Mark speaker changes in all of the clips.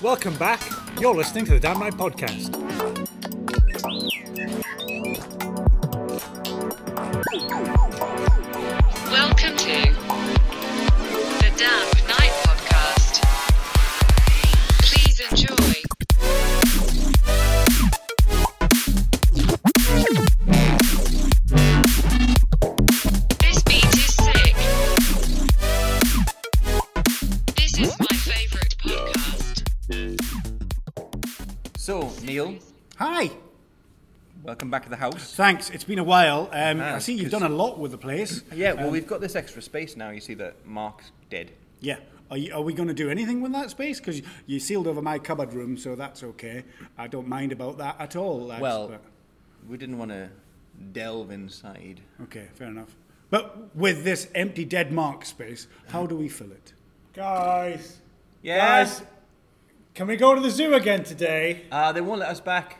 Speaker 1: Welcome back. You're listening to the Damn Right Podcast.
Speaker 2: Welcome to the Damn Night Podcast. Please enjoy. This beat is sick. This is my favorite podcast.
Speaker 3: So, Neil,
Speaker 1: Hi.
Speaker 3: welcome back to the house.
Speaker 1: Thanks. It's been a while. Um, I
Speaker 3: Ah,
Speaker 1: see you've
Speaker 3: 'cause-
Speaker 1: done a lot with the place.
Speaker 3: Yeah, well, we've got this extra space now. You see that Mark's dead.
Speaker 1: Yeah. Are, you, are we going to do anything with that space? Because you sealed over my cupboard room, so that's okay. I don't mind about that at all. lads,
Speaker 3: Well,
Speaker 1: but-
Speaker 3: we didn't want to delve inside.
Speaker 1: okay, fair enough. But with this empty dead mark space, how do we fill it?
Speaker 4: Guys,
Speaker 3: Yes.
Speaker 4: Guys. can we go to the zoo again today?
Speaker 3: Uh, they won't let us back.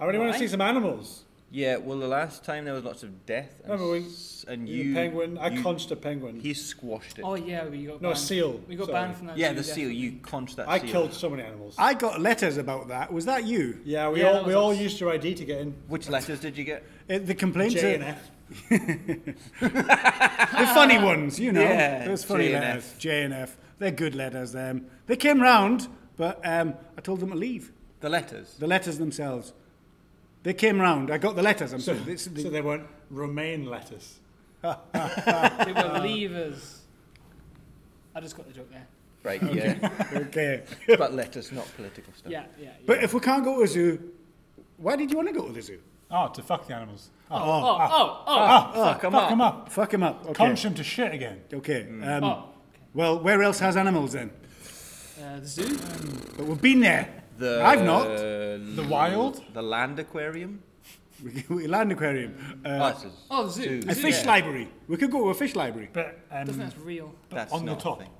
Speaker 4: I really want
Speaker 3: Why?
Speaker 4: to see some animals.
Speaker 3: Yeah, well, the last time there was lots of death. And,
Speaker 4: Remember we-
Speaker 3: s- and
Speaker 4: You,
Speaker 3: you.
Speaker 4: penguin. I
Speaker 3: you-
Speaker 4: conched a penguin.
Speaker 3: He squashed it.
Speaker 5: Oh yeah, we got
Speaker 4: No,
Speaker 5: banned.
Speaker 4: seal,
Speaker 5: We got
Speaker 4: sorry.
Speaker 5: banned from that.
Speaker 3: yeah,
Speaker 5: zoo,
Speaker 3: the seal.
Speaker 5: definitely.
Speaker 3: You conched that
Speaker 4: I
Speaker 3: seal.
Speaker 4: killed so many animals.
Speaker 1: I got letters about that. Was that you?
Speaker 4: yeah, we
Speaker 5: Yeah,
Speaker 4: all
Speaker 5: that
Speaker 4: we
Speaker 5: was
Speaker 4: all
Speaker 5: us.
Speaker 4: used your ID to get in.
Speaker 3: Which letters did you get?
Speaker 1: Uh, the complaints.
Speaker 4: J
Speaker 1: are-
Speaker 4: and F.
Speaker 1: The funny ones, you know.
Speaker 3: Yeah,
Speaker 1: Those funny
Speaker 3: J and F.
Speaker 1: letters. J and F. They're good letters, them. They came round, but um, I told them to leave.
Speaker 3: The letters.
Speaker 1: The letters themselves. They came round. I got the letters. I'm
Speaker 4: So,
Speaker 1: sorry. This, the,
Speaker 4: so they weren't romaine lettuce.
Speaker 5: They were leavers. I just got the joke there.
Speaker 3: Right, yeah.
Speaker 1: okay.
Speaker 3: it's about letters, not political stuff.
Speaker 5: Yeah, yeah. yeah.
Speaker 1: But if we can't go to a zoo, why did you want to go to the zoo?
Speaker 4: Oh, to fuck the animals.
Speaker 5: oh, oh, oh, oh,
Speaker 3: Fuck 'em up.
Speaker 4: up.
Speaker 1: Fuck him up. Okay.
Speaker 4: them to shit again.
Speaker 1: Okay. Um,
Speaker 5: oh.
Speaker 1: Well, where else has animals then?
Speaker 5: Uh, the zoo.
Speaker 1: But we've been there.
Speaker 3: The,
Speaker 1: I've not.
Speaker 3: The
Speaker 4: wild?
Speaker 3: The land aquarium?
Speaker 1: We, we land aquarium. Uh,
Speaker 3: Oh, it's a
Speaker 5: Oh, the zoo.
Speaker 1: a
Speaker 5: The zoo.
Speaker 1: fish
Speaker 3: yeah.
Speaker 1: library. We could go to a fish library.
Speaker 4: But
Speaker 5: Doesn't that's real,
Speaker 3: That's
Speaker 4: on the
Speaker 3: not a
Speaker 4: top.
Speaker 3: thing.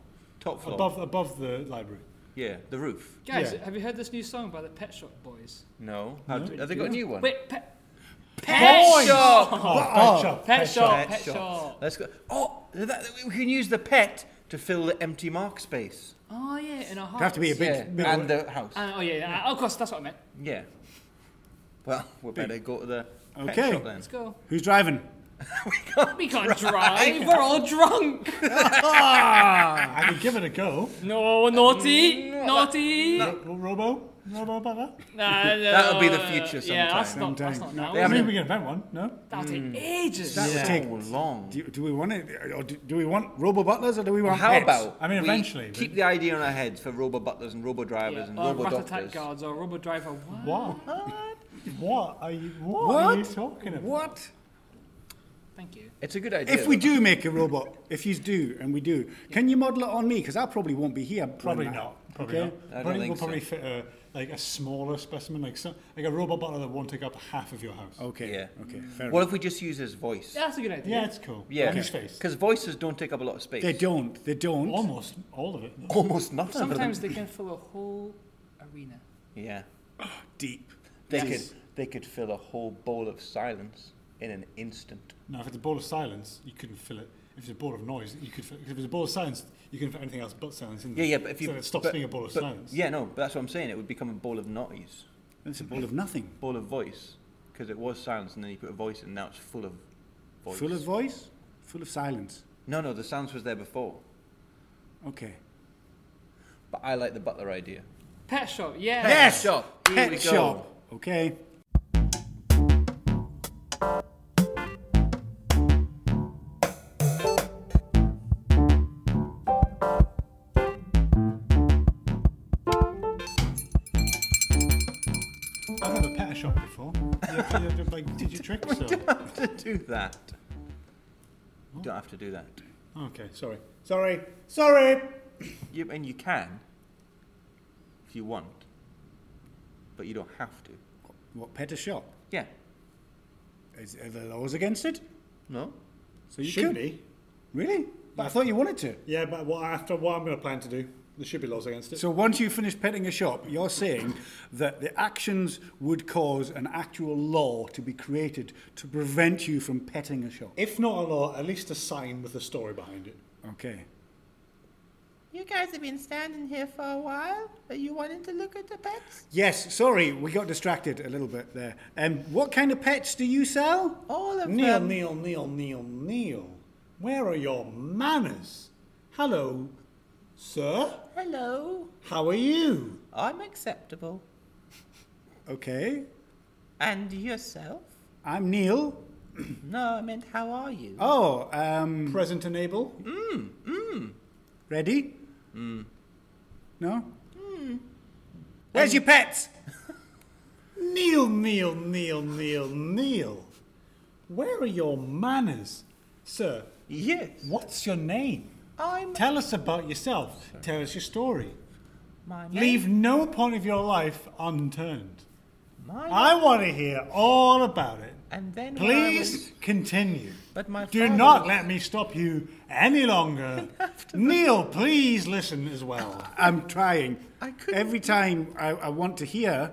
Speaker 3: Top floor.
Speaker 4: above the library.
Speaker 3: Yeah, the roof.
Speaker 5: guys.
Speaker 1: Yeah.
Speaker 5: Have you heard this new song by the Pet Shop Boys?
Speaker 3: No. How d- have they got a new one?
Speaker 5: Wait, Pet.
Speaker 3: Shop.
Speaker 4: Oh, pet shop.
Speaker 5: Pet Shop.
Speaker 3: Pet
Speaker 5: Pet
Speaker 3: shop.
Speaker 5: Shop.
Speaker 3: Let's go. Oh, that, we can use the pet to fill the empty mark space.
Speaker 5: Oh yeah, in our heart.
Speaker 1: have to be a big-
Speaker 3: Yeah,
Speaker 1: big
Speaker 3: and the house.
Speaker 5: oh yeah, yeah. oh, of course. That's what I meant.
Speaker 3: yeah. Well, we better go to the pet
Speaker 1: Okay.
Speaker 3: shop then.
Speaker 5: Let's go.
Speaker 1: Who's driving?
Speaker 5: We can't drive. We're all drunk.
Speaker 4: I could give it a go.
Speaker 5: No, naughty, naughty.
Speaker 4: Ro- Robo? Robo about that?
Speaker 5: Nah, no,
Speaker 3: That'll be the future
Speaker 5: Yeah, that's
Speaker 3: sometime.
Speaker 5: not, that's not
Speaker 1: Sometime.
Speaker 5: now.
Speaker 3: They haven't-
Speaker 4: we can invent one, no?
Speaker 5: That'll take ages.
Speaker 1: That
Speaker 3: So
Speaker 1: would take
Speaker 3: long.
Speaker 1: Do, do we want it, or do, do we want Robo Butlers, or do we want
Speaker 3: How
Speaker 1: pets?
Speaker 3: about
Speaker 4: I mean,
Speaker 3: we
Speaker 4: eventually, but-
Speaker 3: keep the idea in our heads for robo butlers and robo drivers
Speaker 5: yeah.
Speaker 3: and
Speaker 5: Or
Speaker 3: robo
Speaker 5: rat
Speaker 3: doctors?
Speaker 5: attack Oh, guards or rubber driver. What?
Speaker 4: What? What are you? What,
Speaker 1: what
Speaker 4: are you talking about?
Speaker 1: What?
Speaker 5: Thank you.
Speaker 3: It's a good idea.
Speaker 1: If we do make a robot, if you do, and we do, can you model it on me? Because I probably won't be here. when
Speaker 4: Probably
Speaker 1: that-
Speaker 4: not. Probably
Speaker 1: Okay.
Speaker 4: not.
Speaker 3: I don't
Speaker 4: Probably,
Speaker 3: think
Speaker 4: we'll probably
Speaker 3: so.
Speaker 4: fit a like a smaller specimen, like some, like a robot butler that won't take up half of your house.
Speaker 1: Okay.
Speaker 3: Yeah.
Speaker 1: Okay. Fair
Speaker 3: Well,
Speaker 1: enough.
Speaker 3: if we just use his voice.
Speaker 5: Yeah, that's a good idea.
Speaker 4: Yeah, it's cool.
Speaker 3: Yeah.
Speaker 4: And his face.
Speaker 3: Because voices don't take up a lot of space.
Speaker 1: They don't. They don't.
Speaker 4: Almost all of it.
Speaker 3: Almost nothing. for them.
Speaker 5: Sometimes they can fill a whole arena.
Speaker 3: Yeah.
Speaker 1: Deep.
Speaker 3: They could they could fill a whole bowl of silence in an instant.
Speaker 4: Now, if it's a ball of silence, you couldn't fill it. If it's a ball of noise, you could. Fill, if it's a ball of silence, you can fit anything else but silence in
Speaker 3: Yeah,
Speaker 4: there.
Speaker 3: yeah, but if you
Speaker 4: so it stops
Speaker 3: but-
Speaker 4: being a ball of
Speaker 3: but-
Speaker 4: silence.
Speaker 3: Yeah, no, but that's what I'm saying. It would become a ball of noise,
Speaker 1: It's a ball of nothing.
Speaker 3: ball of voice, because it was silence, and then you put a voice, and now it's full of voice.
Speaker 1: Full of voice. Full of silence.
Speaker 3: No, no, the silence was there before.
Speaker 1: Okay.
Speaker 3: But I like the butler idea.
Speaker 5: Pet shop. Yeah.
Speaker 1: Yes.
Speaker 3: shop. Here
Speaker 1: Pet
Speaker 3: we go.
Speaker 1: shop. Okay.
Speaker 4: I've never pet a shop before. You have to- you have to, like, did you trick? So.
Speaker 3: to do that. You don't have to do that.
Speaker 4: Okay, sorry, sorry, sorry.
Speaker 3: You and you can, if you want, but you don't have to.
Speaker 1: What pet a shop?
Speaker 3: Yeah.
Speaker 1: Is, are there laws against it?
Speaker 3: No.
Speaker 1: So you
Speaker 4: Should
Speaker 1: could.
Speaker 4: be.
Speaker 1: Really? But I thought you wanted to.
Speaker 4: Yeah, but what, after what I'm going to plan to do, there should be laws against it.
Speaker 1: So once you finish petting a shop, you're saying that the actions would cause an actual law to be created to prevent you from petting a shop.
Speaker 4: if not a law, at least a sign with a story behind it.
Speaker 1: Okay.
Speaker 3: You guys have been standing here for a while, but you wanted to look at the pets?
Speaker 1: Yes, sorry, we got distracted a little bit there. Um, what kind of pets do you sell?
Speaker 3: All of
Speaker 4: Neil,
Speaker 3: them.
Speaker 4: Neil, Neil, Neil, Neil. Where are your manners? Hello, sir.
Speaker 3: Hello,
Speaker 4: How are you?
Speaker 3: I'm acceptable.
Speaker 1: Okay,
Speaker 3: And yourself?
Speaker 1: I'm Neil.
Speaker 3: No, I meant how are you?
Speaker 1: Oh, um,
Speaker 4: Present and able?
Speaker 1: ready? No? Where's your pets?
Speaker 4: Neil, Neil, Neil, Neil, Neil. Where are your manners? Sir,
Speaker 6: Yes.
Speaker 4: what's your name?
Speaker 3: I'm
Speaker 4: Tell us about yourself. Tell us your story.
Speaker 3: my name.
Speaker 4: Leave no point of your life unturned.
Speaker 3: my
Speaker 4: I want to hear all about it.
Speaker 3: And then when I was-
Speaker 4: Please continue.
Speaker 3: But my
Speaker 4: Do
Speaker 3: father
Speaker 4: not
Speaker 3: was-
Speaker 4: let me stop you any longer. Neil, please listen as well.
Speaker 3: Oh,
Speaker 1: I'm trying.
Speaker 3: I couldn't-
Speaker 1: Every time I, I want to hear,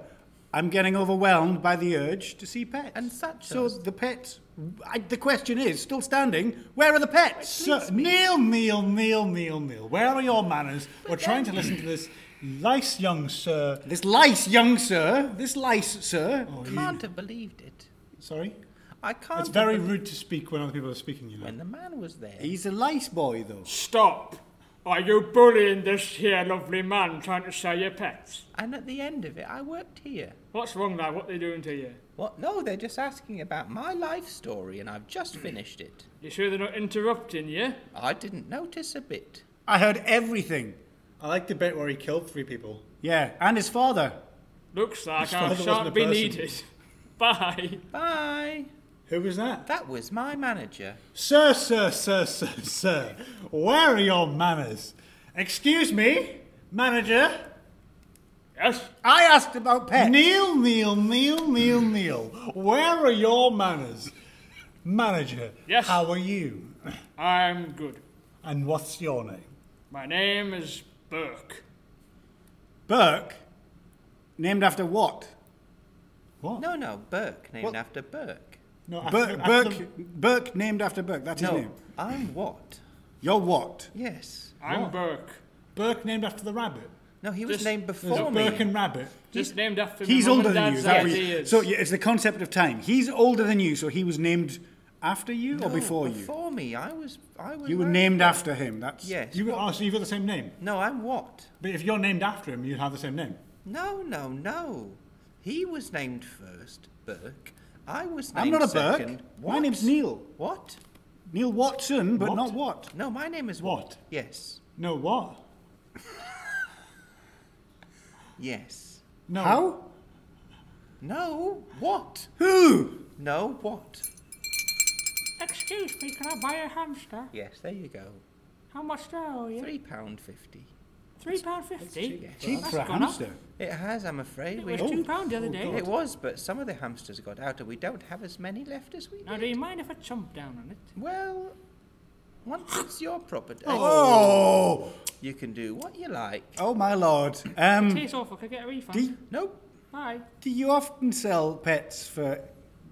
Speaker 1: I'm getting overwhelmed by the urge to see pets.
Speaker 3: And such
Speaker 1: So
Speaker 3: as-
Speaker 1: the pets. I, the question is still standing. Where are the pets?
Speaker 4: So, Neil, Neil, Neil, Neil, Neil, where are your manners? We're trying to listen to this nice young sir.
Speaker 1: This lice, young sir. This lice, sir.
Speaker 4: Oh, you-
Speaker 3: can't have believed it.
Speaker 4: Sorry?
Speaker 3: I can't.
Speaker 4: It's
Speaker 3: have
Speaker 4: very
Speaker 3: believed
Speaker 4: rude to speak when other people are speaking, you know.
Speaker 3: When the man was there,
Speaker 1: He's a lice boy, though.
Speaker 5: Stop! Are you bullying this here lovely man trying to sell your pets?
Speaker 3: and at the end of it, I worked here.
Speaker 5: What's wrong now? What they doing to you?
Speaker 3: What? No, they're just asking about my life story, and I've just
Speaker 4: Mm.
Speaker 3: finished it.
Speaker 5: You sure they're not interrupting you?
Speaker 3: I didn't notice a bit.
Speaker 1: I heard everything.
Speaker 4: I like the bit where he killed three people.
Speaker 1: Yeah, and his father.
Speaker 5: Looks like
Speaker 4: father
Speaker 5: I
Speaker 4: wasn't a
Speaker 5: shan't be
Speaker 4: person.
Speaker 5: needed. Bye.
Speaker 3: Bye.
Speaker 4: Who was that?
Speaker 3: That was my manager.
Speaker 4: Sir, sir, sir, sir, sir, where are your manners? Excuse me, manager.
Speaker 5: Yes?
Speaker 1: I asked about pets.
Speaker 4: Neil, Neil, Neil, Neil, Neil, where are your manners? Manager,
Speaker 5: Yes.
Speaker 4: how are you?
Speaker 5: I'm good.
Speaker 4: And what's your name?
Speaker 5: My name is Burke.
Speaker 1: Burke. Named after what?
Speaker 4: What?
Speaker 3: No, no, Burke, named
Speaker 1: What?
Speaker 3: after Burke.
Speaker 4: no
Speaker 1: Burke. Burke. Burke. Named after Burke. That's his
Speaker 3: No,
Speaker 1: name.
Speaker 3: I'm what?
Speaker 1: You're what?
Speaker 3: Yes.
Speaker 5: I'm
Speaker 4: What?
Speaker 5: Burke.
Speaker 4: Burke named after the rabbit.
Speaker 3: No, he was
Speaker 5: Just-
Speaker 3: named
Speaker 4: There's a
Speaker 3: before me.
Speaker 4: Burke and rabbit.
Speaker 5: Just named after
Speaker 1: He's
Speaker 5: my mum
Speaker 1: older
Speaker 5: and
Speaker 1: than you.
Speaker 5: dad's
Speaker 1: is that what you-
Speaker 5: ideas.
Speaker 1: So yeah, it's the concept of time. He's older than you, so he was named after you or
Speaker 3: No,
Speaker 1: before, you.
Speaker 3: Oh, Before me, I was. I was.
Speaker 1: You were
Speaker 3: right.
Speaker 1: named after him. That's
Speaker 3: Yes.
Speaker 4: You, oh, so you've got the same name.
Speaker 3: No, I'm what?
Speaker 4: But if you're named after him, you'd have the same name.
Speaker 3: No, no, no. He was named first, Burke. I was
Speaker 1: I'm
Speaker 3: named
Speaker 1: not a Burke.
Speaker 3: second.
Speaker 1: My name's Neil.
Speaker 3: What?
Speaker 1: Neil Watson, but
Speaker 4: What?
Speaker 1: not what?
Speaker 3: No, my name is
Speaker 4: What?
Speaker 3: Yes.
Speaker 4: No, what?
Speaker 3: Yes.
Speaker 4: No.
Speaker 1: How?
Speaker 3: No, what?
Speaker 1: Who?
Speaker 3: No, what?
Speaker 5: Excuse me, can I buy a hamster?
Speaker 3: Yes, there you go.
Speaker 5: How much do I owe you?
Speaker 3: Three pound fifty.
Speaker 5: Three pound fifty.
Speaker 1: Cheap for a
Speaker 5: gone up.
Speaker 1: hamster.
Speaker 3: It has, I'm afraid.
Speaker 5: It
Speaker 3: We
Speaker 5: was two pound the other day.
Speaker 3: it was, but some of the hamsters got out, and we don't have as many left as we.
Speaker 5: Now, do you mind if I chomp down on it?
Speaker 3: Well, once it's your property,
Speaker 1: Oh,
Speaker 3: you can do what you like.
Speaker 1: oh my lord. Um,
Speaker 5: Tastes awful. Can I get a refund?
Speaker 1: do,
Speaker 3: Nope.
Speaker 5: Bye.
Speaker 1: do you often sell pets for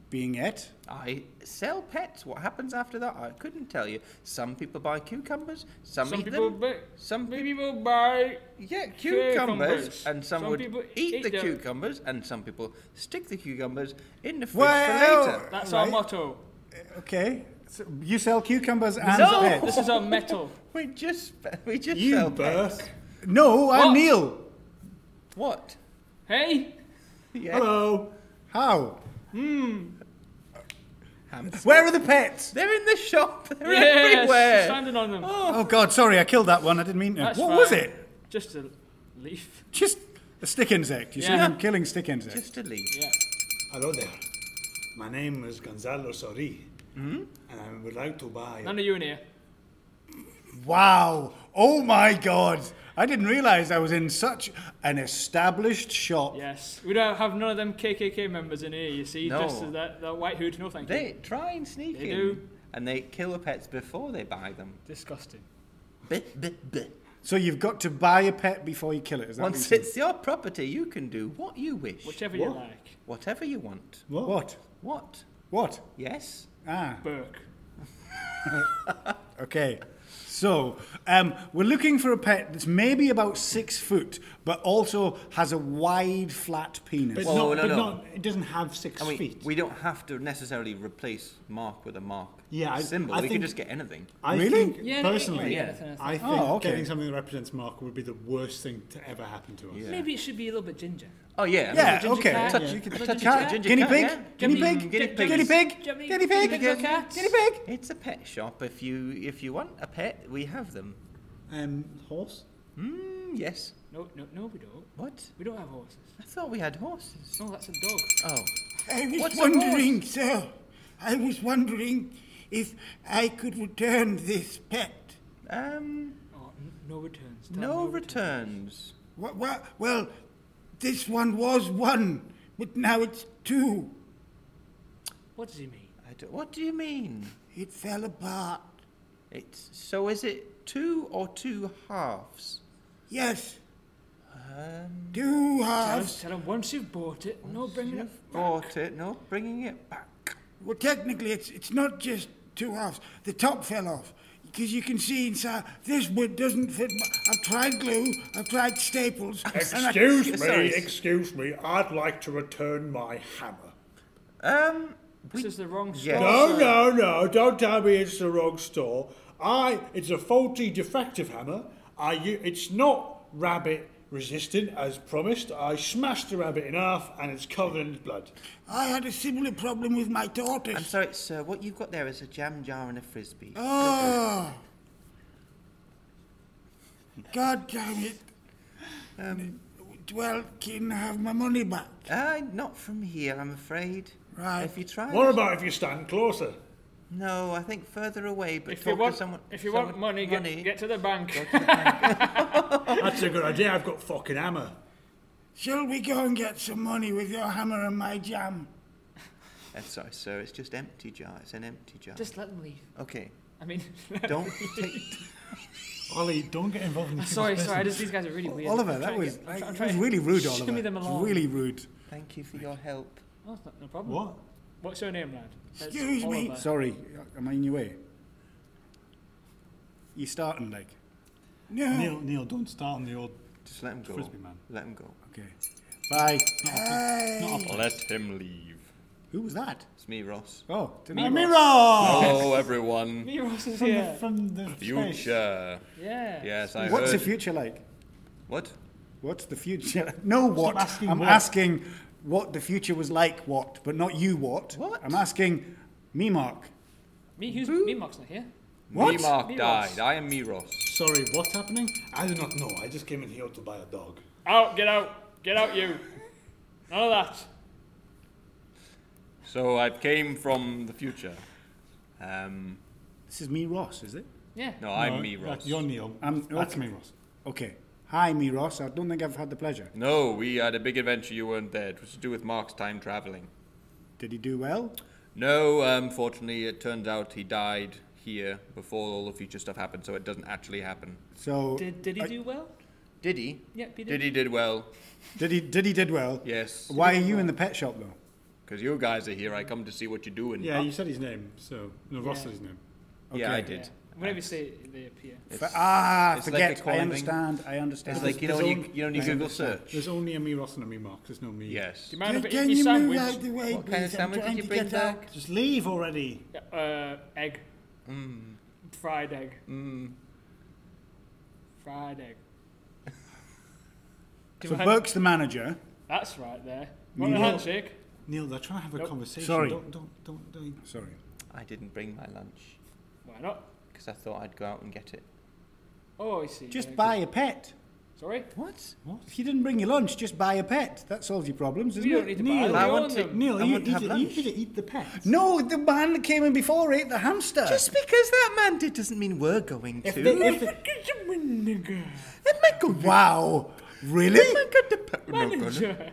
Speaker 1: being et?
Speaker 3: I sell pets. What happens after that, I couldn't tell you. Some people buy cucumbers. Some,
Speaker 5: Some
Speaker 3: eat
Speaker 5: people
Speaker 3: them.
Speaker 5: buy.
Speaker 3: some
Speaker 5: Some
Speaker 3: peop-
Speaker 5: people buy.
Speaker 3: yeah, cucumbers,
Speaker 5: cucumbers.
Speaker 3: and some,
Speaker 5: Some
Speaker 3: would
Speaker 5: people
Speaker 3: eat,
Speaker 5: eat
Speaker 3: the
Speaker 5: them.
Speaker 3: cucumbers, and some people stick the cucumbers in the fridge
Speaker 1: Well-
Speaker 3: for later.
Speaker 5: That's our
Speaker 1: Right.
Speaker 5: motto.
Speaker 1: Okay. So you sell cucumbers and
Speaker 3: No!
Speaker 1: pets.
Speaker 5: This is our metal.
Speaker 3: We just we just
Speaker 4: You,
Speaker 3: sell
Speaker 4: Burke.
Speaker 3: pets.
Speaker 1: No, I'm
Speaker 5: What?
Speaker 1: Neil.
Speaker 3: What?
Speaker 5: Hey,
Speaker 3: Yeah.
Speaker 4: Hello.
Speaker 1: How?
Speaker 3: Hamster.
Speaker 1: Where are the pets?
Speaker 3: They're in the shop. They're
Speaker 5: yes,
Speaker 3: everywhere.
Speaker 5: standing on them.
Speaker 1: Oh God, sorry, I killed that one. I didn't mean to.
Speaker 5: That's
Speaker 1: what was
Speaker 5: fine.
Speaker 1: it?
Speaker 5: Just a leaf.
Speaker 1: Just a stick insect. You see,
Speaker 5: Yeah.
Speaker 1: I'm killing stick insects.
Speaker 3: Just to leave.
Speaker 5: Yeah.
Speaker 4: Hello there. My name is Gonzalo Sori.
Speaker 3: Hmm?
Speaker 4: And I would like to buy.
Speaker 5: None of you in here.
Speaker 1: Wow. Oh my God. I didn't realize I was in such an established shop.
Speaker 5: Yes. We don't have none of them KKK members in here, you see.
Speaker 3: No.
Speaker 5: Just as that, that white hood. No, thank you.
Speaker 3: They try and sneak
Speaker 5: They
Speaker 3: in.
Speaker 5: do.
Speaker 3: And they kill the pets before they buy them.
Speaker 5: Disgusting.
Speaker 3: Bit, bit, bit.
Speaker 1: So you've got to buy a pet before you kill it. Is that what
Speaker 3: Once
Speaker 1: you
Speaker 3: it's your property, you can do what you wish.
Speaker 5: Whichever you
Speaker 4: What?
Speaker 5: like.
Speaker 3: Whatever you want.
Speaker 1: said? What?
Speaker 3: What?
Speaker 1: What?
Speaker 3: Yes?
Speaker 1: Ah.
Speaker 5: Burke.
Speaker 1: Okay. So, um, we're looking for a pet that's maybe about six foot, but also has a wide, flat penis.
Speaker 4: But,
Speaker 3: Whoa,
Speaker 4: not,
Speaker 3: whoa, no,
Speaker 4: but
Speaker 3: no.
Speaker 4: not, it doesn't have six
Speaker 3: And we,
Speaker 4: feet.
Speaker 3: we don't have to necessarily replace Mark with a Mark
Speaker 4: Yeah, I-
Speaker 3: symbol.
Speaker 4: I
Speaker 3: we
Speaker 4: think-
Speaker 3: can just get anything.
Speaker 4: I
Speaker 1: Really?
Speaker 4: Think,
Speaker 5: Yeah, no, it-
Speaker 4: personally,
Speaker 5: yeah, that's what I was
Speaker 4: I think
Speaker 1: thinking. Oh, okay.
Speaker 4: getting something that represents Mark would be the worst thing to ever happen to us.
Speaker 5: Maybe it should be a little bit ginger.
Speaker 3: Oh, yeah.
Speaker 1: Yeah,
Speaker 5: ginger
Speaker 1: okay.
Speaker 5: cat.
Speaker 3: Touch,
Speaker 5: Yeah.
Speaker 3: You can
Speaker 5: Like a
Speaker 3: touch
Speaker 5: ginger
Speaker 3: a
Speaker 5: cat?
Speaker 3: ginger
Speaker 1: Guinea
Speaker 3: cat,
Speaker 1: pig?
Speaker 3: yeah.
Speaker 1: Guinea pig?
Speaker 5: German- Ge-
Speaker 3: Guinea
Speaker 1: Guinea
Speaker 5: German-
Speaker 1: pig?
Speaker 5: German-
Speaker 1: Guinea pig?
Speaker 5: Guinea pig or cats?
Speaker 1: Guinea pig?
Speaker 3: It's a pet shop. If you if you want a pet, we have them.
Speaker 4: Um, horse?
Speaker 3: Mm, yes.
Speaker 5: No, no, no, we don't.
Speaker 3: What?
Speaker 5: We don't have horses.
Speaker 3: I thought we had horses.
Speaker 5: No, that's a dog.
Speaker 3: Oh.
Speaker 7: I was
Speaker 3: What's a
Speaker 7: wondering, sir, I was wondering if I could return this pet.
Speaker 3: Um.
Speaker 5: Oh, n- no returns. Tell
Speaker 3: No
Speaker 5: return.
Speaker 3: returns.
Speaker 7: Wha wha well, this one was one, but now it's two.
Speaker 5: What does he mean?
Speaker 3: I don't- what do you mean?
Speaker 7: It fell apart.
Speaker 3: It's so. Is it two or two halves?
Speaker 7: Yes,
Speaker 3: Um.
Speaker 7: two
Speaker 5: Tell him,
Speaker 7: halves.
Speaker 5: tell him once you've bought it, no bringing it.
Speaker 3: You've bought it. No, bringing it back.
Speaker 7: Well, technically, it's, it's not just two halves. The top fell off. Because you can see inside, this wood doesn't fit. My, I've tried glue, I've tried staples. and I-
Speaker 8: Excuse
Speaker 3: Sorry.
Speaker 8: me, excuse me. I'd like to return my hammer.
Speaker 3: Um.
Speaker 5: This is the wrong
Speaker 3: Yeah.
Speaker 5: store.
Speaker 8: No,
Speaker 5: sir.
Speaker 8: Oh, no, no. Don't tell me it's the wrong store. I. It's a faulty, defective hammer. I. u- It's not rabbit resistant as promised. I smashed the rabbit in half and it's covered in blood.
Speaker 7: I had a similar problem with my
Speaker 3: I'm
Speaker 7: tortoise.
Speaker 3: sorry, sir. What you've got there is a jam jar and a frisbee.
Speaker 7: Oh! God damn it.
Speaker 3: Um.
Speaker 7: Well, can I have my money back?
Speaker 3: Uh, not from here, I'm afraid.
Speaker 7: Right.
Speaker 3: If you try.
Speaker 8: What about if you stand closer?
Speaker 3: No, I think further away. But
Speaker 8: If
Speaker 3: talk
Speaker 8: you want-
Speaker 3: to someone.
Speaker 8: if you
Speaker 3: someone,
Speaker 8: want money, get-
Speaker 3: money
Speaker 8: get to the bank.
Speaker 4: That's a good idea. I've got fucking hammer.
Speaker 7: Shall we go and get some money with your hammer and my jam?
Speaker 3: I'm sorry, sir. It's just empty jar. It's an empty jar.
Speaker 5: Just let them leave.
Speaker 3: Okay.
Speaker 5: I mean,
Speaker 3: Don't take.
Speaker 4: Ollie, don't get involved in too
Speaker 5: sorry,
Speaker 4: much
Speaker 5: sorry. I just, these guys are really weird.
Speaker 1: Oliver,
Speaker 5: I'm
Speaker 1: that
Speaker 5: trying to
Speaker 1: was,
Speaker 5: get- I'm
Speaker 1: like,
Speaker 5: try- I'm
Speaker 1: that
Speaker 5: trying
Speaker 1: was
Speaker 5: to-
Speaker 1: really rude, Oliver.
Speaker 5: Shimmy them
Speaker 1: It's
Speaker 5: along.
Speaker 1: Really rude.
Speaker 3: Thank you for your help.
Speaker 5: Oh, it's not- no problem.
Speaker 4: What?
Speaker 5: What's your name, lad? It's
Speaker 7: Excuse me.
Speaker 5: Oliver.
Speaker 1: Sorry, am I in your way? You starting, like?
Speaker 7: No.
Speaker 4: Neil, Neil, don't start on the old.
Speaker 3: Just let him go.
Speaker 4: Frisbee man.
Speaker 3: Let him go.
Speaker 1: Okay. Bye.
Speaker 7: Hey,
Speaker 3: Let him leave.
Speaker 1: Who was that?
Speaker 3: It's me, Ross.
Speaker 1: Oh, didn't I-
Speaker 4: Miro!
Speaker 9: Hello, everyone.
Speaker 5: Me, Ross is
Speaker 4: From
Speaker 5: here.
Speaker 4: the, from the space.
Speaker 9: Future.
Speaker 5: Yeah.
Speaker 9: Yes, I
Speaker 1: What's the
Speaker 9: heard.
Speaker 1: future like?
Speaker 9: what?
Speaker 1: What's the future? No, what?
Speaker 4: Stop asking
Speaker 1: I'm
Speaker 4: what.
Speaker 1: asking what the future was like, what, but not you, what.
Speaker 3: What?
Speaker 1: I'm asking me, Mark.
Speaker 5: Me, who's me? Mark's not here.
Speaker 1: What?
Speaker 9: Me, Mark
Speaker 5: Me, Ross.
Speaker 9: died. I am me, Ross.
Speaker 4: Sorry, what's happening? I do not know. I just came in here to buy a dog.
Speaker 8: Out, get out, get out, you. None of that.
Speaker 9: So I came from the future. Um,
Speaker 1: This is me, Ross, is it?
Speaker 5: Yeah.
Speaker 9: no, I'm
Speaker 4: No,
Speaker 9: me,
Speaker 4: that-
Speaker 9: Ross.
Speaker 4: You're Neil.
Speaker 1: I'm-
Speaker 4: That's
Speaker 1: okay.
Speaker 4: me, Ross.
Speaker 1: Okay. Hi, me, Ross. I don't think I've had the pleasure.
Speaker 9: No, we had a big adventure. You weren't there. It was to do with Mark's time traveling.
Speaker 1: Did he do well?
Speaker 9: No, um, fortunately, it turns out he died here before all the future stuff happened, so it doesn't actually happen.
Speaker 1: So
Speaker 5: Did, did he
Speaker 1: I-
Speaker 5: do well?
Speaker 9: Did he?
Speaker 5: Yeah, he did.
Speaker 9: Did he did well?
Speaker 1: Did he? Did he did well?
Speaker 9: Yes.
Speaker 1: Why are you in the pet shop though?
Speaker 9: Because you guys are here. I come to see what you're doing.
Speaker 4: Yeah, you said his name, so. No, Ross said his name.
Speaker 9: Yeah, I
Speaker 1: Okay.
Speaker 9: did.
Speaker 5: Yeah. Whenever you say it, they appear.
Speaker 1: For, ah,
Speaker 9: it's like
Speaker 1: forget.
Speaker 9: a coin
Speaker 1: I
Speaker 9: thing.
Speaker 1: understand. I understand.
Speaker 9: It's like you know,
Speaker 4: There's
Speaker 9: you,
Speaker 4: only-
Speaker 9: you know, you
Speaker 4: I
Speaker 9: Google
Speaker 4: understand.
Speaker 9: search.
Speaker 4: There's only a me, Ross, and a me, Mark. There's no me.
Speaker 9: Yes.
Speaker 5: Do you mind if I
Speaker 7: can
Speaker 5: eat your
Speaker 7: you move
Speaker 5: sandwich?
Speaker 7: out the way,
Speaker 9: What kind of
Speaker 7: please? I'm
Speaker 9: sandwich did
Speaker 7: trying
Speaker 9: you
Speaker 7: to
Speaker 9: bring
Speaker 7: get out.
Speaker 9: back?
Speaker 4: Just leave already.
Speaker 8: Uh, egg. Fried egg.
Speaker 5: Fried egg.
Speaker 1: so Burke's the manager.
Speaker 5: That's right there. Want a
Speaker 1: Neil.
Speaker 5: handshake?
Speaker 4: Neil, they're trying to have a conversation.
Speaker 1: Sorry.
Speaker 4: Don't, don't, don't, don't.
Speaker 1: Sorry.
Speaker 3: I didn't bring my lunch
Speaker 5: Why not?
Speaker 3: because I thought I'd go out and get it.
Speaker 5: Oh, I see.
Speaker 1: Just
Speaker 5: yeah,
Speaker 1: buy a pet.
Speaker 5: Sorry?
Speaker 3: What?
Speaker 1: If you didn't bring your lunch, just buy a pet. That solves your problems,
Speaker 5: We
Speaker 1: isn't it?
Speaker 5: don't need to buy
Speaker 4: Neil,
Speaker 5: them.
Speaker 4: I
Speaker 5: We
Speaker 3: want
Speaker 5: own
Speaker 3: to-
Speaker 5: them.
Speaker 4: Neil,
Speaker 3: I
Speaker 4: you
Speaker 3: want to
Speaker 4: eat
Speaker 3: have
Speaker 4: it, you
Speaker 3: lunch.
Speaker 4: should eat the pet.
Speaker 1: No, the man that came in before ate the hamster.
Speaker 3: Just because that man did doesn't mean we're going
Speaker 4: If
Speaker 3: to.
Speaker 4: they, if they,
Speaker 1: wow. Really?
Speaker 5: Manager.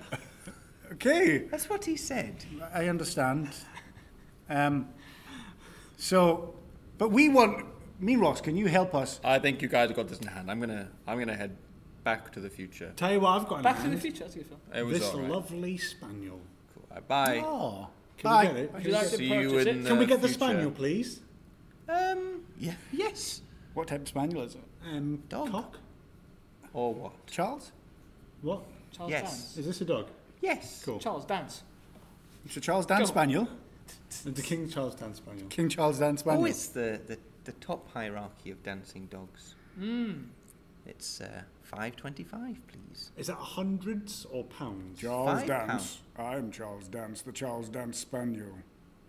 Speaker 1: Okay.
Speaker 3: That's what he said.
Speaker 1: I understand. Um, so, but we want me, Ross. Can you help us?
Speaker 9: I think you guys have got this in hand. I'm gonna, I'm gonna head back to the future.
Speaker 4: tell you what, I've got an
Speaker 5: Back to the
Speaker 4: hand.
Speaker 5: Future. That's a good film.
Speaker 9: It was
Speaker 4: This
Speaker 9: all right.
Speaker 4: lovely spaniel.
Speaker 9: Cool. All right, Bye.
Speaker 1: Oh,
Speaker 4: Can
Speaker 1: bye.
Speaker 4: we get it?
Speaker 5: Would you like to
Speaker 9: See you
Speaker 5: purchase
Speaker 9: in.
Speaker 5: it?
Speaker 9: The
Speaker 4: Can we get the
Speaker 9: future.
Speaker 4: spaniel, please?
Speaker 3: Um. Yeah. Yes.
Speaker 1: What type of spaniel is it?
Speaker 4: Um,
Speaker 10: Dog.
Speaker 4: Cock?
Speaker 10: Or what?
Speaker 1: Charles?
Speaker 4: What?
Speaker 5: Charles
Speaker 10: Yes.
Speaker 5: Dance.
Speaker 4: Is this a dog?
Speaker 10: Yes.
Speaker 4: Cool.
Speaker 5: Charles Dance.
Speaker 1: It's a Charles Dan
Speaker 5: Go.
Speaker 1: Spaniel.
Speaker 4: The King Charles Dan Spaniel.
Speaker 1: King Charles Dan Spaniel.
Speaker 10: Always the, the, the top hierarchy of dancing dogs. Mm. It's uh, 525, please.
Speaker 4: Is that hundreds or pounds?
Speaker 1: Charles
Speaker 10: Five
Speaker 1: Dance. I'm Charles Dance, the Charles Dance Spaniel.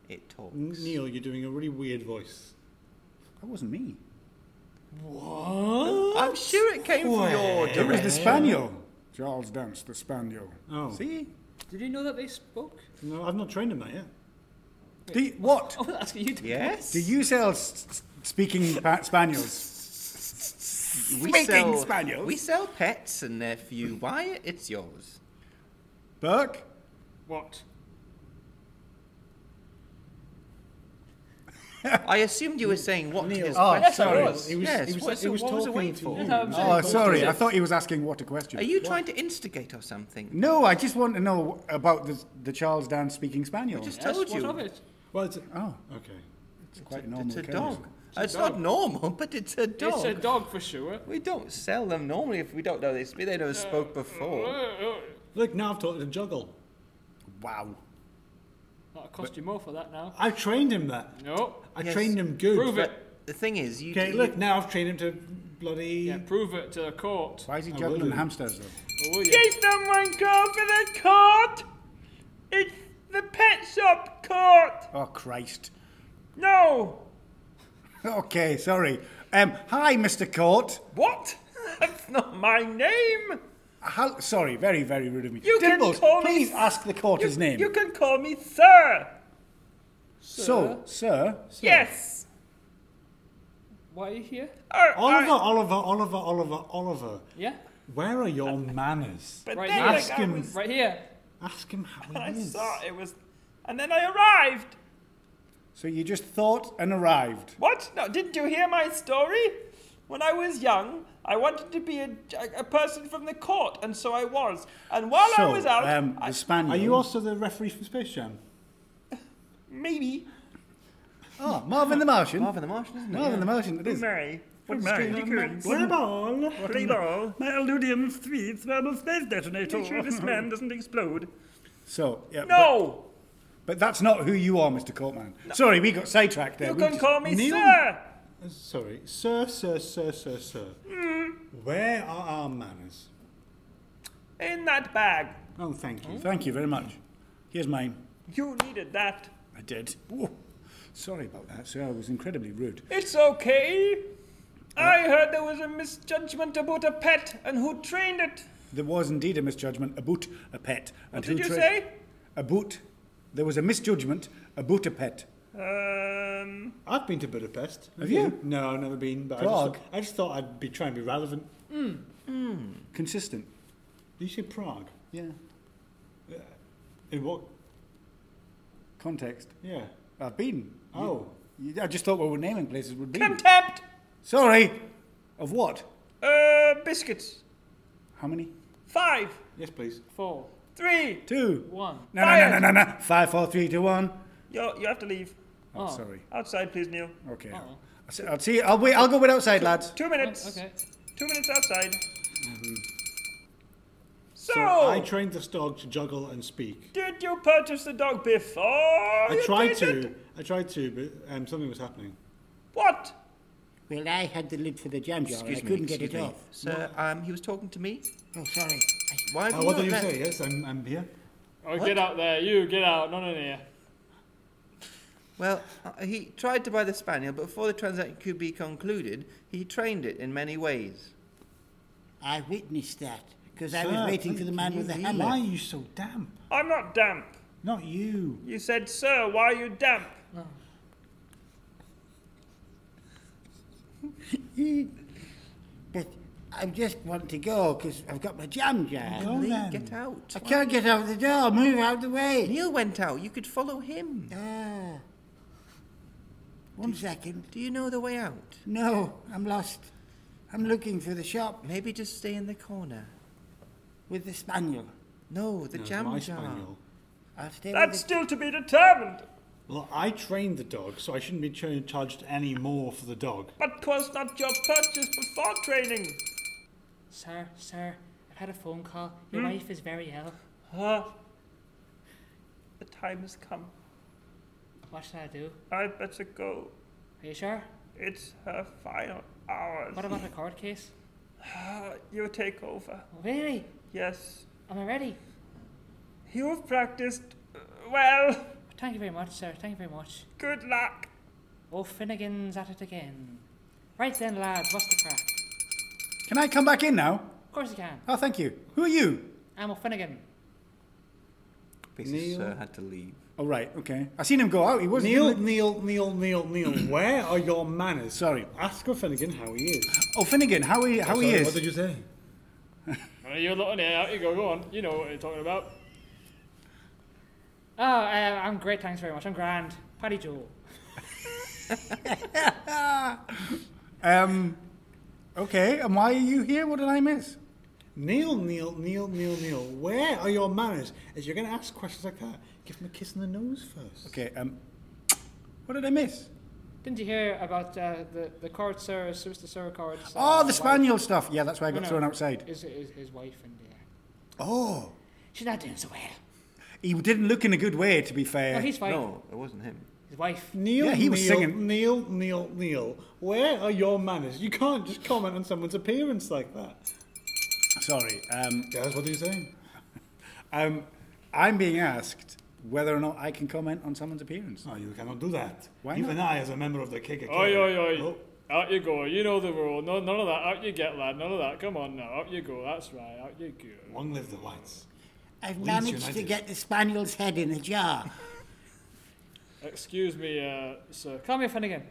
Speaker 10: It talks.
Speaker 4: N- Neil, you're doing a really weird voice.
Speaker 1: That wasn't me.
Speaker 10: I'm sure it came from your
Speaker 1: It was the
Speaker 10: direction.
Speaker 1: Spaniel. Charles Dance, the Spaniel.
Speaker 4: Oh.
Speaker 1: See?
Speaker 5: Did you know that they spoke?
Speaker 4: No, I've not trained him that yet.
Speaker 1: Do you- what?
Speaker 5: Oh, that's what you did.
Speaker 10: Yes.
Speaker 1: Do you sell s- s- speaking pa- spaniels?
Speaker 10: we
Speaker 1: Speaking
Speaker 10: sell,
Speaker 1: Spaniels.
Speaker 10: We sell pets, and if you buy it, it's yours.
Speaker 1: Burke?
Speaker 5: What?
Speaker 10: I assumed you were saying what his
Speaker 4: Oh,
Speaker 10: question
Speaker 4: sorry.
Speaker 10: was.
Speaker 4: He was-
Speaker 10: yes,
Speaker 4: he was-
Speaker 10: what,
Speaker 4: he was
Speaker 10: what was the
Speaker 4: talking
Speaker 10: wait
Speaker 4: to
Speaker 10: for?
Speaker 4: you.
Speaker 5: That's how I'm saying.
Speaker 1: Oh, sorry. I thought he was asking what a question.
Speaker 10: Are you trying to instigate or something?
Speaker 1: No, I just want to know about the, the Charles Dan speaking spaniel.
Speaker 10: Just
Speaker 5: Yes,
Speaker 10: told
Speaker 5: what
Speaker 10: you.
Speaker 5: of it?
Speaker 4: Well, it's
Speaker 1: Oh,
Speaker 4: okay.
Speaker 1: it's quite normal.
Speaker 10: It's a
Speaker 1: occurrence.
Speaker 10: dog. Uh, It's not normal, but it's a dog.
Speaker 5: It's a dog for sure.
Speaker 10: We don't sell them normally if we don't know they speak. They never spoke
Speaker 5: Uh,
Speaker 10: before.
Speaker 4: Look, now I've taught him to juggle.
Speaker 1: Wow.
Speaker 5: That'll cost you more for that now.
Speaker 4: I've trained him that.
Speaker 5: No.
Speaker 4: I
Speaker 10: Yes.
Speaker 4: trained him good.
Speaker 5: Prove it.
Speaker 10: The thing is, you
Speaker 4: Okay,
Speaker 10: you-
Speaker 4: look, now I've trained him to bloody.
Speaker 5: Yeah, prove it to the court. Oh,
Speaker 1: Why is he
Speaker 4: I
Speaker 1: juggling
Speaker 4: wouldn't.
Speaker 1: hamsters though?
Speaker 5: Or will you?
Speaker 10: someone go for the cart? It's the pet shop cart.
Speaker 1: Oh Christ.
Speaker 10: No.
Speaker 1: Okay, sorry. Um, hi, Mr. Court.
Speaker 10: What? That's not my name.
Speaker 1: How, sorry, very, very rude of me.
Speaker 10: You can
Speaker 1: Dimples,
Speaker 10: call me-
Speaker 1: please ask the court his name.
Speaker 10: You can call me sir.
Speaker 1: so, sir,
Speaker 10: Yes.
Speaker 5: Why are you here?
Speaker 10: Uh,
Speaker 4: Oliver,
Speaker 10: uh,
Speaker 4: Oliver, Oliver, Oliver, Oliver.
Speaker 5: Yeah.
Speaker 4: Where are your manners?
Speaker 10: but
Speaker 5: Right
Speaker 10: then
Speaker 5: now.
Speaker 10: I-
Speaker 4: Ask him.
Speaker 5: Right here.
Speaker 4: Ask him how
Speaker 10: I
Speaker 4: he is.
Speaker 10: saw it was, and then I arrived.
Speaker 1: so you just thought and arrived.
Speaker 10: What? No, didn't you hear my story? When I was young, I wanted to be a, a person from the court, and so I was. And while
Speaker 1: so,
Speaker 10: I was out,
Speaker 1: um,
Speaker 10: I-
Speaker 1: the spaniel.
Speaker 4: Are you also the referee from Space Jam?
Speaker 10: maybe.
Speaker 1: Oh, Marvin the Martian.
Speaker 10: the Martian, isn't
Speaker 1: Marvin the Martian. It is.
Speaker 10: Mary. What
Speaker 4: Play ball.
Speaker 10: Play ball. My aludium three thermal space detonator. Make sure this man doesn't explode.
Speaker 1: So, yeah.
Speaker 10: No!
Speaker 1: But, but that's not who you are, Mr. Courtman. Sorry, we got sidetracked there.
Speaker 10: You
Speaker 1: We
Speaker 10: can
Speaker 1: just-
Speaker 10: call me
Speaker 4: Neil-
Speaker 10: sir!
Speaker 4: Sorry, sir, sir, sir, sir, sir. Where are our manners?
Speaker 10: In that bag.
Speaker 4: Oh, thank you.
Speaker 1: Thank you very much. Here's mine.
Speaker 10: You needed that.
Speaker 1: I did. Ooh. Sorry about that, sir. I was incredibly rude.
Speaker 10: It's okay. I heard there was a misjudgment about a pet and who trained it.
Speaker 1: There was indeed a misjudgment about a pet. And
Speaker 10: Did
Speaker 1: who
Speaker 10: you
Speaker 1: tra-
Speaker 10: say?
Speaker 1: About. There was a misjudgment about a pet.
Speaker 10: Um,
Speaker 4: I've been to Budapest. Have
Speaker 1: you?
Speaker 4: No, I've never been. But I just,
Speaker 1: Prague?
Speaker 4: thought, I just thought I'd be trying to be relevant.
Speaker 1: Consistent.
Speaker 4: Did you say Prague?
Speaker 1: Yeah.
Speaker 4: In what?
Speaker 1: Context.
Speaker 4: Yeah.
Speaker 1: I've been.
Speaker 4: Oh.
Speaker 1: You- I just thought what we're naming places would be.
Speaker 10: contempt.
Speaker 1: Sorry. Of what?
Speaker 10: Uh, biscuits.
Speaker 1: How many?
Speaker 10: Five,
Speaker 4: Yes, please.
Speaker 5: Four.
Speaker 10: three.
Speaker 1: Two.
Speaker 5: One.
Speaker 1: No, no, no, no, no, no. Five, four, three, two, one.
Speaker 10: You you have to leave
Speaker 1: Oh,
Speaker 5: Oh.
Speaker 1: sorry.
Speaker 10: outside, please, Neil.
Speaker 1: Okay.
Speaker 10: Oh.
Speaker 1: I'll see- I'll see. I'll wait. I'll go wait outside, lads.
Speaker 10: Two
Speaker 5: Oh,
Speaker 10: minutes.
Speaker 5: okay.
Speaker 10: Two minutes outside. So,
Speaker 4: Mm-hmm. So I trained this dog to juggle and speak.
Speaker 10: did you purchase the dog before?
Speaker 4: I
Speaker 11: Oh,
Speaker 10: you
Speaker 4: tried
Speaker 10: did
Speaker 4: to.
Speaker 10: it?
Speaker 4: I tried to, but um, something was happening.
Speaker 10: What?
Speaker 7: Well, I had the lid for the jam jar and I couldn't get it off.
Speaker 10: Sir, um, he was talking to me.
Speaker 7: Oh, sorry.
Speaker 10: Why have
Speaker 4: Uh, what did you say? Yes, I'm, I'm here.
Speaker 5: Oh, get out there. You, get out. None in here.
Speaker 10: Well, uh, he tried to buy the spaniel, but before the transaction could be concluded, he trained it in many ways.
Speaker 7: I witnessed that because I
Speaker 4: Sir,
Speaker 7: was waiting for the man with the hammer.
Speaker 4: Why are you so damp?
Speaker 10: I'm not damp.
Speaker 4: Not you.
Speaker 10: You said, sir, why are you damp?
Speaker 7: But I just want to go because I've got my jam jar.
Speaker 4: Go then.
Speaker 10: Get out.
Speaker 7: I can't get out of the door. Move out of the way.
Speaker 10: Neil went out. You could follow him.
Speaker 7: Ah. One second.
Speaker 10: Do you know the way out?
Speaker 7: No, I'm lost. I'm looking for the shop
Speaker 10: Maybe just stay in the corner.
Speaker 7: with the spaniel.
Speaker 10: No, the
Speaker 4: No, it's
Speaker 10: jam
Speaker 4: my
Speaker 10: jar.
Speaker 4: spaniel.
Speaker 7: I'll stay
Speaker 10: That's
Speaker 7: with the...
Speaker 10: still to be determined.
Speaker 4: Well, I trained the dog, so I shouldn't be ch- charged any more for the dog.
Speaker 11: But 'twas not your purchase before training.
Speaker 5: Sir, sir, I've had a phone call. Your
Speaker 10: Hmm?
Speaker 5: wife is very ill.
Speaker 11: Ah, the time has come.
Speaker 5: What should I do?
Speaker 11: I better go.
Speaker 5: Are you sure?
Speaker 11: It's her final hours.
Speaker 5: What about the court case?
Speaker 11: Ah, you take over.
Speaker 5: Really?
Speaker 11: Yes.
Speaker 5: Am I ready?
Speaker 11: You have practiced uh, well.
Speaker 5: Thank you very much, sir. Thank you very much.
Speaker 11: Good luck.
Speaker 5: Oh, Finnegan's at it again. Right then, lads, what's the crack?
Speaker 1: Can I come back in now?
Speaker 5: Of course you can.
Speaker 1: Oh, thank you. Who are you?
Speaker 5: I'm O'Finnegan.
Speaker 10: Basically, sir uh, had to leave.
Speaker 1: Oh, right, okay. I seen him go out. He wasn't.
Speaker 4: Neil,
Speaker 1: in the-
Speaker 4: Neil, Neil, Neil, Neil, where are your manners?
Speaker 1: Sorry.
Speaker 4: Ask O'Finnegan how he is.
Speaker 1: Oh, Finnegan, how he, how he
Speaker 4: Sorry,
Speaker 1: is?
Speaker 4: What did you say?
Speaker 5: You're not on Out you go. Go on. You know what you're talking about. Oh, uh, I'm great. Thanks very much. I'm grand. Paddy Joe.
Speaker 1: Um, okay, and why are you here? What did I miss?
Speaker 4: Neil, Neil, Neil, Neil, Neil, where are your manners? If you're going to ask questions like that, give him a kiss on the nose first.
Speaker 1: Okay, um, what did I miss?
Speaker 5: Didn't you hear about uh, the the court, sir? Sir, sir, court. sir,
Speaker 1: Oh, the
Speaker 5: wife-
Speaker 1: spaniel stuff. Yeah, that's why I
Speaker 5: No,
Speaker 1: got
Speaker 5: no,
Speaker 1: thrown outside.
Speaker 5: His, his, his wife and uh,
Speaker 1: Oh,
Speaker 5: she's not doing so well.
Speaker 1: he didn't look in a good way, to be
Speaker 5: No,
Speaker 1: fair.
Speaker 5: he's fine.
Speaker 3: Oh,
Speaker 10: No, it wasn't him.
Speaker 5: His wife.
Speaker 4: Neil,
Speaker 1: Yeah, he was
Speaker 4: Neil,
Speaker 1: singing.
Speaker 4: Neil, Neil, Neil, where are your manners? You can't just comment on someone's appearance like that.
Speaker 1: Sorry. Um,
Speaker 4: Guys, what are you saying?
Speaker 1: um, I'm being asked whether or not I can comment on someone's appearance.
Speaker 5: Oh,
Speaker 4: No, Oh, you cannot do that.
Speaker 1: Why
Speaker 4: Even I, as a member of the KKK.
Speaker 12: Oi, oi, oi.
Speaker 4: Oh,
Speaker 12: Out you go. You know the rule. No, none of that. Out you get, lad. None of that. Come on now. Out you go. That's right. Out you go.
Speaker 4: long live the whites.
Speaker 7: I've
Speaker 4: Leeds
Speaker 7: managed to
Speaker 4: United.
Speaker 7: get the spaniel's head in a jar.
Speaker 12: Excuse me, uh, sir.
Speaker 5: Call me Finnegan.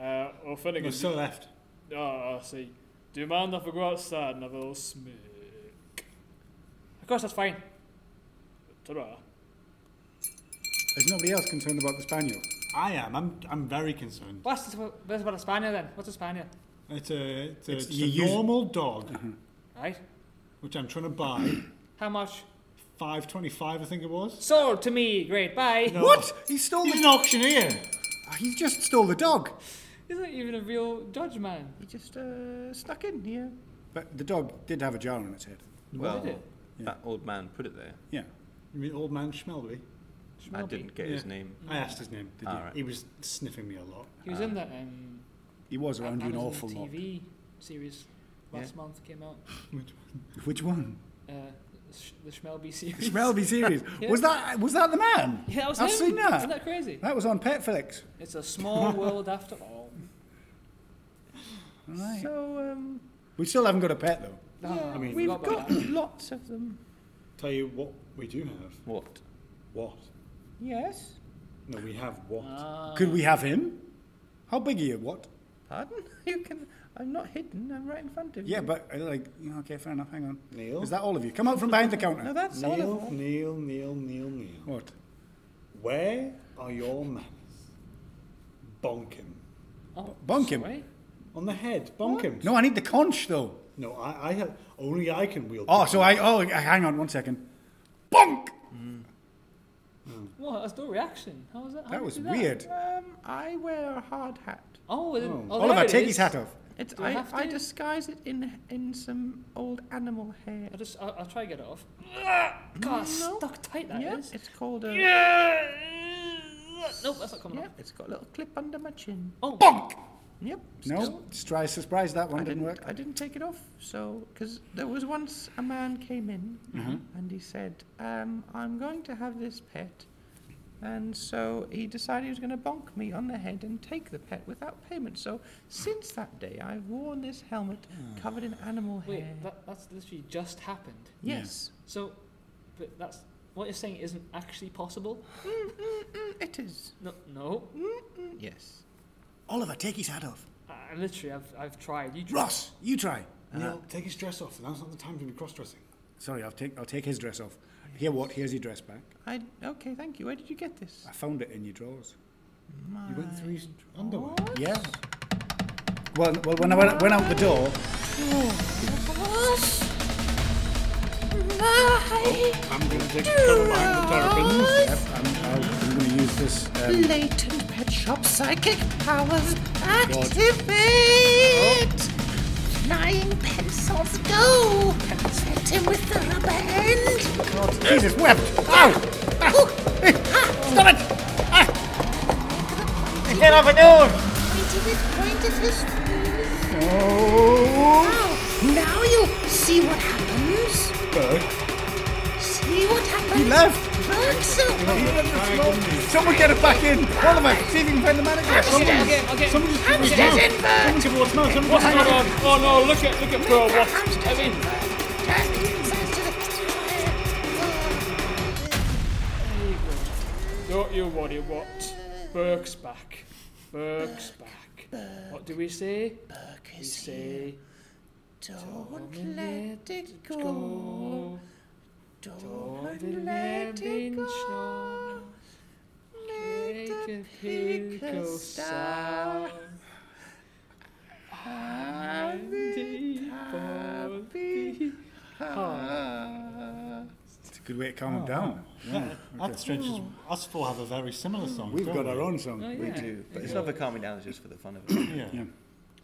Speaker 12: Uh, oh, Finnegan.
Speaker 4: You're so left.
Speaker 12: Oh, I see. Do you mind if I go outside and have a little smoke?
Speaker 5: Of course, that's fine.
Speaker 12: Ta-ra.
Speaker 1: Is nobody else concerned about the spaniel?
Speaker 4: I am. I'm, I'm very concerned.
Speaker 5: What's this, what's about a spaniel then? What's a spaniel?
Speaker 4: It's a, it's a, it's
Speaker 1: you
Speaker 4: a
Speaker 1: use-
Speaker 4: normal dog,
Speaker 5: Right?
Speaker 4: which I'm trying to buy.
Speaker 5: How much?
Speaker 4: 525, I think it was.
Speaker 5: Sold to me. Great. Bye.
Speaker 4: No.
Speaker 1: What? He stole
Speaker 4: He's
Speaker 1: the.
Speaker 4: an auctioneer.
Speaker 1: He just stole the dog.
Speaker 5: He's not even a real dodge man.
Speaker 10: He just uh, snuck in here.
Speaker 1: But the dog did have a jar on its head.
Speaker 10: Well,
Speaker 5: did it?
Speaker 10: that old man put it there.
Speaker 1: Yeah.
Speaker 4: You mean old man Schmelby?
Speaker 10: I didn't get his
Speaker 4: Yeah.
Speaker 10: name.
Speaker 4: I asked his name. Did
Speaker 10: you?
Speaker 4: you?
Speaker 10: Alright.
Speaker 4: He was sniffing me a lot.
Speaker 5: He was in that um,
Speaker 1: He was around you an
Speaker 5: Amazon
Speaker 1: awful lot.
Speaker 5: TV series last month came out.
Speaker 1: Which one?
Speaker 5: Uh, the Sh- the Schmelby series.
Speaker 1: Schmelby series.
Speaker 5: Yeah.
Speaker 1: Was that was that the man?
Speaker 5: Yeah, that was
Speaker 1: I've
Speaker 5: him.
Speaker 1: seen that.
Speaker 5: Isn't that crazy?
Speaker 1: That was on Petflix.
Speaker 5: It's a small world after all.
Speaker 1: Right.
Speaker 10: So, um,
Speaker 1: We still haven't got a pet though.
Speaker 5: I mean,
Speaker 10: we've got lots of them.
Speaker 4: Tell you what we do have.
Speaker 10: What?
Speaker 4: What?
Speaker 10: Yes.
Speaker 4: No, we have what?
Speaker 1: Could we have him? How big are you? What?
Speaker 10: Pardon? You can. I'm not hidden. I'm right in front of
Speaker 1: Yeah,
Speaker 10: you.
Speaker 1: but uh, like, you know, okay, fair enough. Hang on.
Speaker 4: Neil?
Speaker 1: Is that all of you? Come out from behind the counter.
Speaker 10: No, that's all of
Speaker 4: Neil,
Speaker 10: them.
Speaker 4: Neil, Neil, Neil, Neil.
Speaker 1: What?
Speaker 4: Where are your manners? Bonk him.
Speaker 5: Oh,
Speaker 1: Bonk him.
Speaker 5: sorry.
Speaker 4: On the head, bonk him.
Speaker 1: No, I need the conch though.
Speaker 4: No, I, I have, only I can wield
Speaker 1: Oh,
Speaker 4: the
Speaker 1: so
Speaker 4: conch.
Speaker 1: I. Oh, hang on one second. Bonk!
Speaker 5: What? That's no reaction. How was that? How
Speaker 1: That
Speaker 5: did
Speaker 1: was
Speaker 5: you do
Speaker 1: weird.
Speaker 10: Um, I wear a hard hat.
Speaker 5: Oh, then, oh. there
Speaker 1: Oliver,
Speaker 5: it
Speaker 1: take
Speaker 5: is.
Speaker 1: his hat off.
Speaker 10: It's,
Speaker 5: I
Speaker 10: I,
Speaker 5: have
Speaker 10: I,
Speaker 5: to?
Speaker 10: disguise it in in some old animal hair.
Speaker 5: I'll just, I'll, I'll try to get it off. God, it's
Speaker 10: No.
Speaker 5: stuck tight that is.
Speaker 10: Yeah, it's called a.
Speaker 5: Nope, that's not coming
Speaker 10: Yeah,
Speaker 5: off.
Speaker 10: it's got a little clip under my chin.
Speaker 5: Oh,
Speaker 10: Yep.
Speaker 1: No,
Speaker 10: still.
Speaker 1: surprise, surprise, that one
Speaker 10: I
Speaker 1: didn't
Speaker 10: didn't.
Speaker 1: work.
Speaker 10: I didn't take it off. So, because there was once a man came in and he said, um, "I'm going to have this pet," and so he decided he was going to bonk me on the head and take the pet without payment. So, since that day, I've worn this helmet covered in animal
Speaker 5: Wait,
Speaker 10: hair.
Speaker 5: that, that's literally just happened.
Speaker 10: yes,
Speaker 5: So, but that's what you're saying isn't actually possible.
Speaker 10: Mm, it is. Mm.
Speaker 5: No, no.
Speaker 10: Mm-mm. Yes.
Speaker 1: Oliver, take his hat off.
Speaker 5: I, I literally, I've, I've tried. You tr-
Speaker 1: Ross, you try.
Speaker 4: Neil, take his dress off. Now's not the time to be cross-dressing.
Speaker 1: Sorry, I'll take, I'll take his dress off. Here, what? Here's your dress back.
Speaker 10: I okay. Thank you. Where did you get this?
Speaker 1: I found it in your drawers.
Speaker 4: You went through his underwear.
Speaker 1: Yeah. Well, well when I went, went out the door,
Speaker 4: I'm going to take a cover behind the terrapins.
Speaker 1: I'm, I'm, I'm going to use This, um,
Speaker 10: Blatant pet shop psychic powers activate! Flying pencils go! Hit him with the rubber end!
Speaker 1: Jesus wept! Ow!
Speaker 10: Stop it!
Speaker 1: Ah!
Speaker 7: Get off my nose!
Speaker 10: Pointy with pointed his
Speaker 7: Oh,
Speaker 10: Wow! Now you see what happens!
Speaker 7: Berg.
Speaker 10: See what happens!
Speaker 1: He left!
Speaker 10: Berg
Speaker 1: Someone get it back in! All of us! See if you can find the manager!
Speaker 13: I'll get, I'll get.
Speaker 7: Someone just give me a smile. Someone give me a smile. Someone
Speaker 5: What's
Speaker 7: give me
Speaker 5: going
Speaker 7: a smile.
Speaker 5: on? Oh no, look at look at Pearl. What's heavy? Don't you worry, what? Burke's back. Burke's back. What do we say? Burke is we say, Don't let it go. Don't let it go. Make a pickle sound. Andy Bobby.
Speaker 1: It's a good way to calm him down.
Speaker 7: That's strange. as Us four have a very similar song.
Speaker 1: We've
Speaker 7: don't
Speaker 1: got
Speaker 7: we?
Speaker 1: our own
Speaker 5: Oh,
Speaker 1: song.
Speaker 3: We do, but it's not for calming down, it's just for the fun of it.
Speaker 7: Yeah.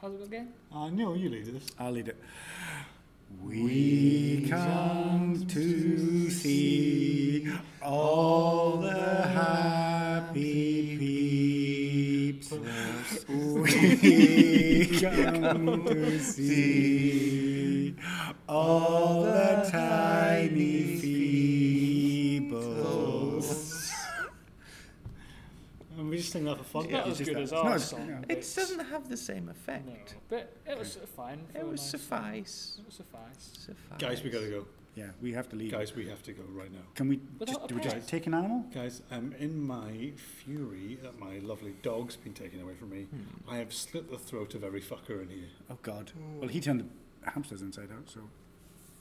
Speaker 13: How's it go again?
Speaker 7: Uh, Neil, you lead this.
Speaker 1: I'll lead it. We come to see all the happy peeps. We come to see all the tiny feebles.
Speaker 7: And we just sing that for fun.
Speaker 5: Not as good as
Speaker 1: no,
Speaker 5: our
Speaker 1: it's-
Speaker 5: song.
Speaker 10: It doesn't have the same effect.
Speaker 5: But it was fine. for
Speaker 10: It
Speaker 5: a
Speaker 10: would
Speaker 5: nice-
Speaker 10: suffice.
Speaker 5: It would suffice.
Speaker 10: Suffice.
Speaker 4: Guys, we gotta go.
Speaker 1: Yeah, we have to leave.
Speaker 4: Guys, we have to go right now.
Speaker 1: Can we
Speaker 5: Without
Speaker 1: just,
Speaker 5: a
Speaker 1: do we
Speaker 5: prize.
Speaker 1: just take an animal?
Speaker 4: Guys, um, in my fury that my lovely dog's been taken away from me,
Speaker 1: Hmm.
Speaker 4: I have slit the throat of every fucker in here.
Speaker 1: Oh God. Well, he turned the hamsters inside out, so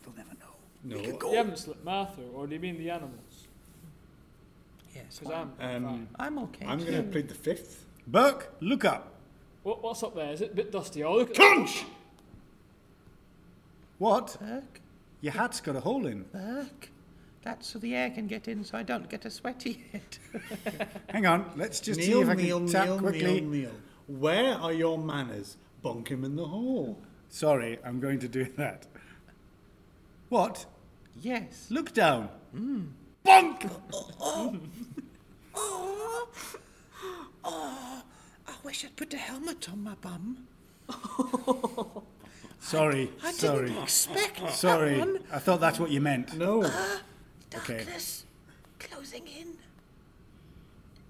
Speaker 1: they'll never know.
Speaker 4: No,
Speaker 5: You haven't slipped Martha, or do you mean the animals?
Speaker 10: Yes.
Speaker 5: Because I'm fine.
Speaker 4: um,
Speaker 10: I'm okay.
Speaker 4: I'm going to plead the fifth.
Speaker 1: Burke, look up.
Speaker 5: What, what's up there? Is it a bit dusty? Oh, look at
Speaker 4: Punch!
Speaker 1: What?
Speaker 10: Burke,
Speaker 1: Your hat's got a hole in.
Speaker 10: Burke. That's so the air can get in so I don't get a sweaty head.
Speaker 1: Hang on, let's just see
Speaker 4: Neil,
Speaker 1: if I can
Speaker 4: Neil,
Speaker 1: tap
Speaker 4: Neil,
Speaker 1: quickly.
Speaker 4: Neil, Neil. Where are your manners? Bonk him in the hole.
Speaker 1: Sorry, I'm going to do that. What?
Speaker 10: yes.
Speaker 1: Look down.
Speaker 10: Bonk! oh, oh, I wish I'd put a helmet on my bum.
Speaker 1: Sorry,
Speaker 10: I
Speaker 1: sorry,
Speaker 10: didn't expect
Speaker 1: sorry.
Speaker 10: that one.
Speaker 1: I thought that's what you meant.
Speaker 4: No,
Speaker 10: Darkness closing in.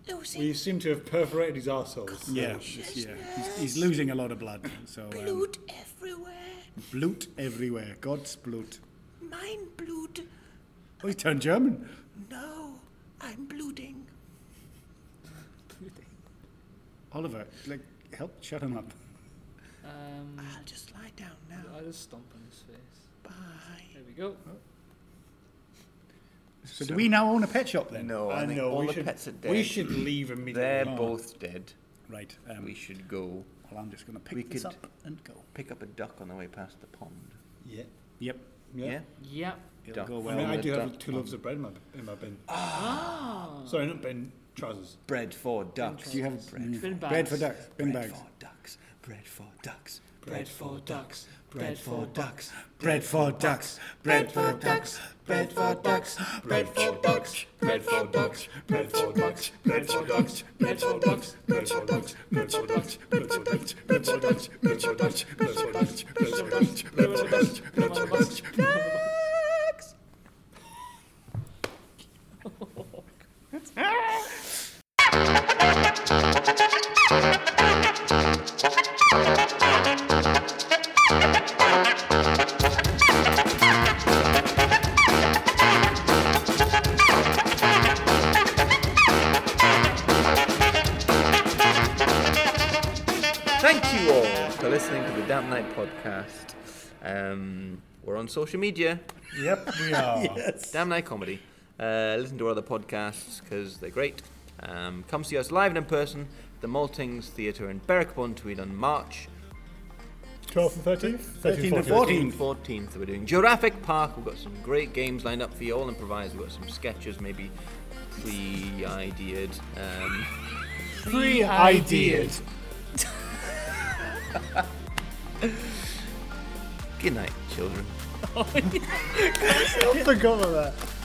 Speaker 10: Losing
Speaker 4: we seem to have perforated his arseholes.
Speaker 1: Yeah, it's- yeah. He's, he's losing a lot of blood. So um,
Speaker 10: blood everywhere.
Speaker 1: bloot everywhere. God's bloot.
Speaker 10: Mine blood.
Speaker 1: Oh, he turned German.
Speaker 10: No, I'm blooding.
Speaker 1: Oliver, like, help shut him up.
Speaker 5: Um,
Speaker 10: I'll just lie down now.
Speaker 5: I just stomp on his face.
Speaker 10: Bye.
Speaker 5: There we go.
Speaker 1: So, do we now own a pet shop then?
Speaker 3: No, I
Speaker 4: I
Speaker 3: think
Speaker 4: know,
Speaker 3: all
Speaker 4: we
Speaker 3: the
Speaker 4: should,
Speaker 3: pets are
Speaker 4: we
Speaker 3: dead.
Speaker 4: should leave immediately.
Speaker 3: They're both dead.
Speaker 1: Right. Um,
Speaker 3: We should go
Speaker 1: well, I'm just going to pick
Speaker 3: we
Speaker 1: this
Speaker 3: could-
Speaker 1: up and go.
Speaker 3: pick up a duck on the way past the pond.
Speaker 4: Yeah.
Speaker 1: Yep.
Speaker 4: Yeah.
Speaker 3: Yeah?
Speaker 5: Yep.
Speaker 1: It'll
Speaker 3: Duck.
Speaker 1: go
Speaker 4: I,
Speaker 1: well.
Speaker 4: mean, I
Speaker 3: the
Speaker 4: do have
Speaker 3: duck
Speaker 4: two loaves of bread in my, in my bin.
Speaker 3: Ah.
Speaker 4: Sorry, not bin, trousers.
Speaker 3: Bread for ducks.
Speaker 1: Do you have bread?
Speaker 5: Bin bags.
Speaker 1: Bread for ducks. Bin
Speaker 3: bread
Speaker 1: bags.
Speaker 3: for ducks. Bread for ducks.
Speaker 5: Bread for ducks.
Speaker 3: Bread for ducks.
Speaker 1: Bread for ducks. Bread for ducks.
Speaker 3: Bread for ducks. Bread for ducks. Bread for ducks. Bread for ducks. Bread for ducks.
Speaker 5: Bread for ducks.
Speaker 3: Bread for ducks. Bread for ducks. Bread for ducks. Bread for ducks. Bread for ducks. Bread for ducks. Bread for ducks. Bread for ducks. Bread for ducks. Thank you all for listening to the Damn Night podcast. Um, we're on social media.
Speaker 1: Yep, we are.
Speaker 3: Damn Night Comedy. Uh, listen to our other podcasts because they're great. Um, come see us live and in person at the Maltings Theatre in Berwick upon Tweed on March
Speaker 5: 12th and 13th?
Speaker 4: 13th and 14th.
Speaker 3: 14th we're doing Jurassic Park. We've got some great games lined up for you all improvised. We've got some sketches maybe pre-ideaed. Um,
Speaker 5: Pre-ideaed.
Speaker 3: Good night, children.
Speaker 5: I forgot about that.